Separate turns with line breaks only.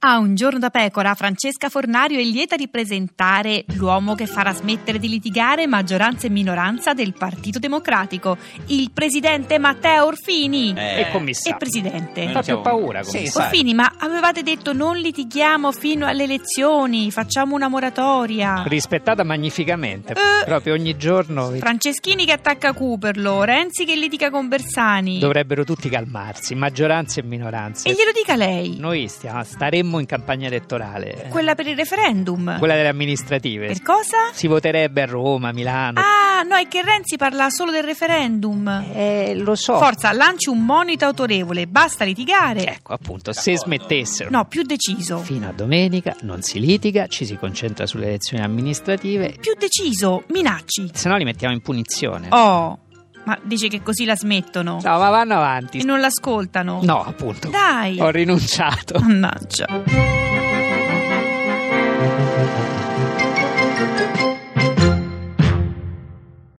A un giorno da pecora, Francesca Fornario è lieta di presentare l'uomo che farà smettere di litigare maggioranza e minoranza del Partito Democratico, il presidente Matteo Orfini.
Eh.
E commissario.
E presidente.
Eh,
Fa
non
più
siamo-
paura
Sì,
commissario.
sai.
Orfini, ma avevate detto non litighiamo fino alle elezioni, facciamo una moratoria.
Rispettata magnificamente.
Ah. Eh.
Proprio ogni giorno
Franceschini che attacca Cuperlo, Renzi che litiga con Bersani.
dovrebbero tutti calmarsi, maggioranza e minoranza.
E glielo dica lei,
Noi stia- staremmo in campagna elettorale.
Eh, quella per il referendum.
Eh. Quella delle amministrative.
Per cosa?
Si voterebbe a Roma, Milano.
Ah, no, è che Renzi parla solo del referendum.
Eh, lo so.
Forza, lanci un monito autorevole, basta litigare.
Ecco, appunto, se smettessero.
No, più deciso.
Fino a domenica non si litiga, ci si concentra sulle elezioni amministrative,
Più deciso, minacci.
se no li mettiamo in punizione.
Oh, ma dice che così la smettono
No, ma vanno avanti.
e non l'ascoltano.
No, Oh. appunto.
Dai.
Ho rinunciato.
Mannaggia.